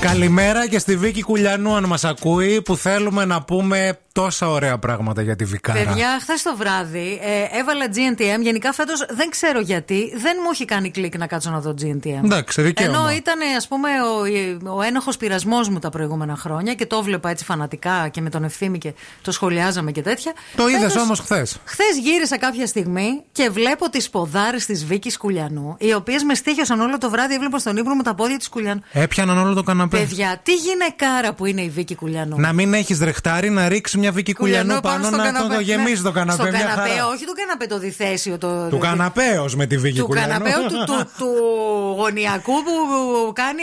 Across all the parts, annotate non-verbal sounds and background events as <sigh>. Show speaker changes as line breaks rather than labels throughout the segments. Καλημέρα και στη Βίκη Κουλιανού, αν μας ακούει, που θέλουμε να πούμε τόσα ωραία πράγματα για τη Βικάρα.
Παιδιά, χθες το βράδυ ε, έβαλα GNTM. Γενικά φέτος δεν ξέρω γιατί. Δεν μου έχει κάνει κλικ να κάτσω να δω GNTM.
Εντάξει, δικαίωμα.
Ενώ ήταν, ας πούμε, ο, ο ένοχος πειρασμός μου τα προηγούμενα χρόνια και το βλέπα έτσι φανατικά και με τον ευθύμη και το σχολιάζαμε και τέτοια.
Το είδες όμως χθες.
Χθες γύρισα κάποια στιγμή και βλέπω τις ποδάρες της Βίκης Κουλιανού, οι οποίες με στήχησαν όλο το βράδυ. Έβλεπα στον ύπνο μου τα πόδια της Κουλιανού.
Έπιαναν όλο το καναπέ.
Παιδιά, τι γυναικάρα που είναι η Βίκη Κουλιανού.
Να μην έχεις ρεχτάρι, να ρίξεις μια Βίκη Κουλιανού πάνω,
στο
να
καναπέ.
το γεμίσει το καναπέ.
Στον
μια
καναπέ,
χαρά.
όχι τον καναπέ το διθέσιο. Το,
Του καναπέως με τη Βίκη
του
Κουλιανού.
καναπέου του, του, του γωνιακού που κάνει,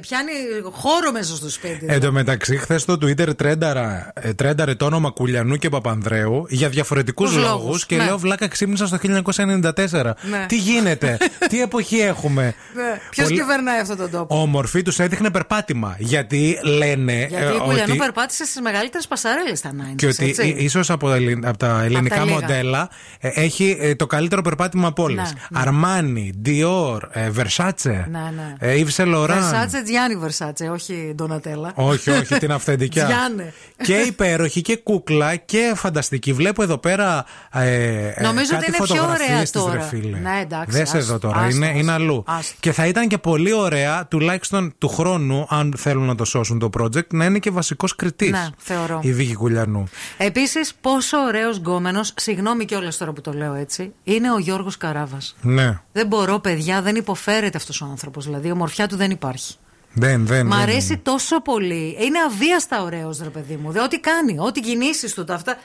πιάνει χώρο μέσα στο σπίτι.
Εν τω μεταξύ, χθες στο Twitter τρένταρα, ε, τρένταρε το όνομα Κουλιανού και Παπανδρέου για διαφορετικούς
Τους
λόγους
λόγους,
και
ναι.
λέω Βλάκα ξύπνησα στο 1994.
Ναι.
Τι
<laughs>
γίνεται, τι εποχή έχουμε.
Ποιο
Ε, Πολύ-
Ε, κυβερνάει αυτόν τον τόπο.
Όμορφη τους έδειχνε περπάτημα. Γιατί λένε ε,
Γιατί η Κουλιανού
ότι.
περπάτησε στις μεγαλύτερες πασαρέλες στα 90.
Και ότι ίσως από, τα ελλην- από τα ελληνικά
λίγα.
μοντέλα ε, έχει ε, το καλύτερο περπάτημα από όλες.
Ναι, ναι.
Αρμάνι, Διόρ, Βερσάτσε,
Ναι, ναι.
Ήβσε Λοράν.
Βερσάτσε, Τζιάννη Βερσάτσε, όχι Ντονατέλα.
Όχι, όχι, την αυθεντικιά.
Τζιάνε.
και υπέροχη και κούκλα και φανταστική. Βλέπω εδώ πέρα. Ε, ε,
Νομίζω
κάτι
ότι είναι πιο
φωτογραφίες
ωραία
της,
τώρα.
Ρε, φίλε.
Ναι, εντάξει,
Δες
άστο,
εδώ τώρα.
άστο,
είναι,
άστο.
είναι αλλού.
Άστο.
Και θα ήταν και πολύ ωραία, τουλάχιστον του χρόνου, αν θέλουν να το σώσουν το project, να είναι και βασικός κριτής.
Ναι, θεωρώ.
Η Βίκη Κουλιανού.
Επίσης, πόσο ωραίος γκόμενος, συγγνώμη κιόλας τώρα που το λέω έτσι, είναι ο Γιώργος Καράβας.
Ναι.
Δεν μπορώ, παιδιά, δεν υποφέρεται αυτός ο άνθρωπος. Δηλαδή, η ομορφιά του δεν υπάρχει.
Δεν, δεν.
Μ'
δεν.
αρέσει τόσο πολύ. Είναι αβίαστα ωραίος, ρε παιδί μου. Δε, ό,τι κάνει, ό,τι κινήσεις του τα αυτά.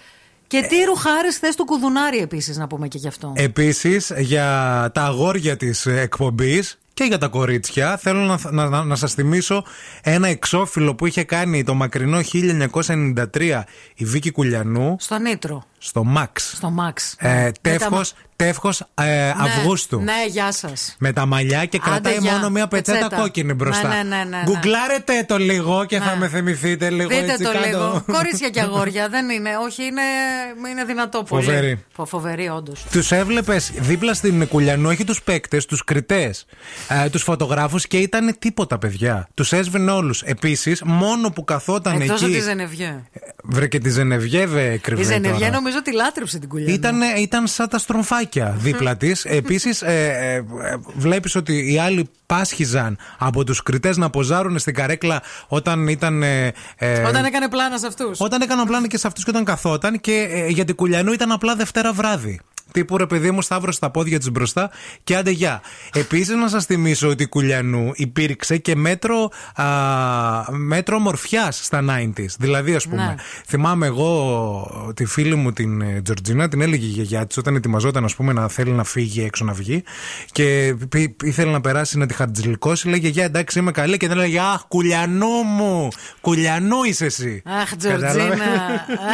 Και
Ε,
τι ρουχάρες θες του κουδουνάρι επίσης, να πούμε και γι' αυτό.
Επίσης, για τα αγόρια της εκπομπής και για τα κορίτσια, θέλω να, να, να, να σας θυμίσω ένα εξώφυλλο που είχε κάνει το μακρινό 1993 η Βίκη Κουλιανού
Στο νήτρο,
στο Max.
στο Max.
Ε,
Ναι. Με τα
τεύχος τεύχος, ε,
μα- Ναι,
Αυγούστου.
Ναι, γεια σας.
Με τα μαλλιά και
Άντε,
κρατάει
γεια.
μόνο μία πετσέτα,
Πετσέτα.
κόκκινη μπροστά.
Ναι, ναι, ναι, ναι, ναι.
Γκουγκλάρετε το λίγο και θα με θυμηθείτε λίγο
Δείτε
έτσι
το
κάτω. <laughs>
λίγο. Κορίτσια και αγόρια δεν είναι. Όχι, είναι, είναι δυνατό πολύ.
Φοβερή.
Φο- Φοβερή, όντως.
Τους έβλεπες δίπλα στην Κουλιανού, όχι τους παίκτες, τους κριτές, ε, τους φωτογράφους και ήταν τίποτα, παιδιά. Τους έσβηνε όλους. Επίσης, μόνο που καθόταν
Εκτός από
εκεί.
τη Ζενεβιέ.
Βρε και τη Ζενεβιέβε
Η
κρυβέ.
Ζενεβιέ
τώρα.
νομίζω τη λάτρεψε την κουλιά.
Ήταν, ήταν σαν τα στρομφάκια δίπλα της. Επίσης, ε, ε, ε, βλέπεις ότι οι άλλοι πάσχιζαν από τους κριτές να ποζάρουν στην καρέκλα όταν ήταν. ε, ε,
Όταν έκανε πλάνα σε αυτούς.
όταν έκαναν πλάνα και σε αυτούς και όταν καθόταν και ε, για την Κουλιανού ήταν απλά Δευτέρα βράδυ. Τύπου ρε παιδί μου, σταύρωσε τα πόδια της μπροστά και άντε γεια. Επίσης, να σας θυμίσω ότι η Κουλιανού υπήρξε και μέτρο, α, μέτρο μορφιάς στα 90s. Δηλαδή, ας πούμε,
Ναι.
θυμάμαι εγώ τη φίλη μου την ε, Τζορτζίνα, την έλεγε η γιαγιά της όταν ετοιμαζόταν ας πούμε, να θέλει να φύγει έξω να βγει και πι- ήθελε να περάσει να τη χαρτζηλικώσει. Λέγε Γεια, εντάξει, είμαι καλή. Και δεν έλεγε Αχ, Κουλιανού μου, Κουλιανού είσαι εσύ.
Αχ, Τζορτζίνα.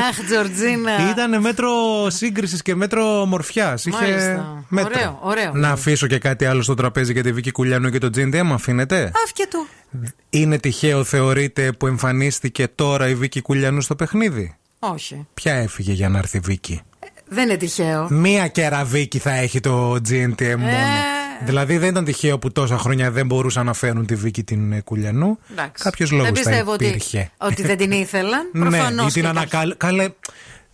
Αχ, Τζορτζίνα.
Ήταν μέτρο σύγκρισης και μέτρο μορφιάς. Είχε
Μάλιστα.
μέτρο.
Ωραίο, ωραίο.
Να αφήσω και κάτι άλλο στο τραπέζι για τη Βίκη Κουλιανού και τον Τζίντε, μου αφήνετε.
Αφ και του.
Είναι τυχαίο, θεωρείτε, που εμφανίστηκε τώρα η Βίκη Κουλιανού στο παιχνίδι.
Όχι.
Ποια έφυγε για να έρθει η Βίκη.
Δεν είναι τυχαίο.
Μία κεραβίκη θα έχει το GNTM μόνο.
Ε.
Δηλαδή δεν ήταν τυχαίο που τόσα χρόνια δεν μπορούσαν να φέρουν τη Βίκη την ε, Κουλιανού.
Εντάξει.
Κάποιο λόγο
δεν
θα
πιστεύω ότι,
υπήρχε.
ότι δεν την ήθελαν.
Ναι,
Προφανώ.
ή την ανακαλ... Καλέ,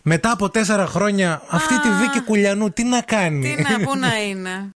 μετά από τέσσερα χρόνια αυτή τη Βίκη Κουλιανού τι να κάνει.
Τι να, πού να είναι.